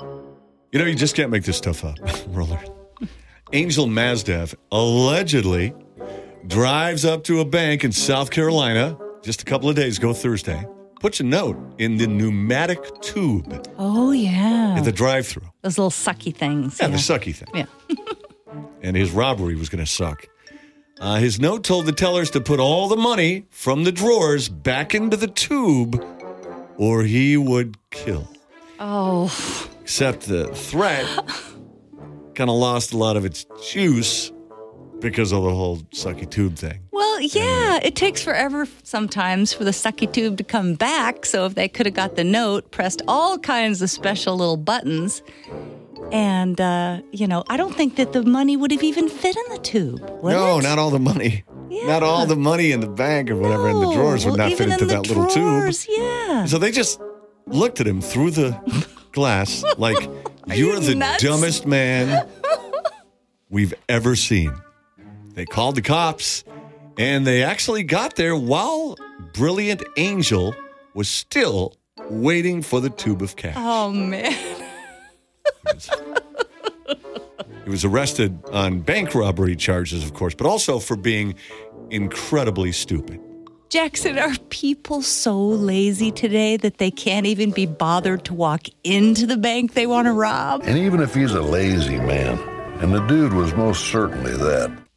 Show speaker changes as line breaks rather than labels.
You know, you just can't make this stuff up, Roller. Angel Mazdev allegedly drives up to a bank in South Carolina just a couple of days ago, Thursday, puts a note in the pneumatic tube
Oh, yeah.
at the drive through.
Those little sucky things.
Yeah, the sucky thing.
Yeah.
And his robbery was going to suck. Uh, his note told the tellers to put all the money from the drawers back into the tube or he would kill.
Oh,
Except the threat kind of lost a lot of its juice because of the whole sucky tube thing.
well, yeah. It takes forever sometimes for the sucky tube to come back. So if they could have got the note, pressed all kinds of special little buttons, and uh, you know, I don't think that the money would have even fit in the tube. Would
no,
it?
not all the money. Not all the money in the bank or whatever in the
No.
drawers would
Well,
not fit
even
into
in the
that little tube.
drawers, Yeah.
So they just looked at him through the glass like, You're
you
the
nuts?"
dumbest man we've ever seen. They called the cops and they actually got there while Brilliant Angel was still waiting for the tube of cash.
Oh man.
He was arrested on bank robbery charges, of course, but also for being incredibly stupid.
Jackson, are people so lazy today that they can't even be bothered to walk into the bank they want to rob?
And even if he's a lazy man, and the dude was most certainly that,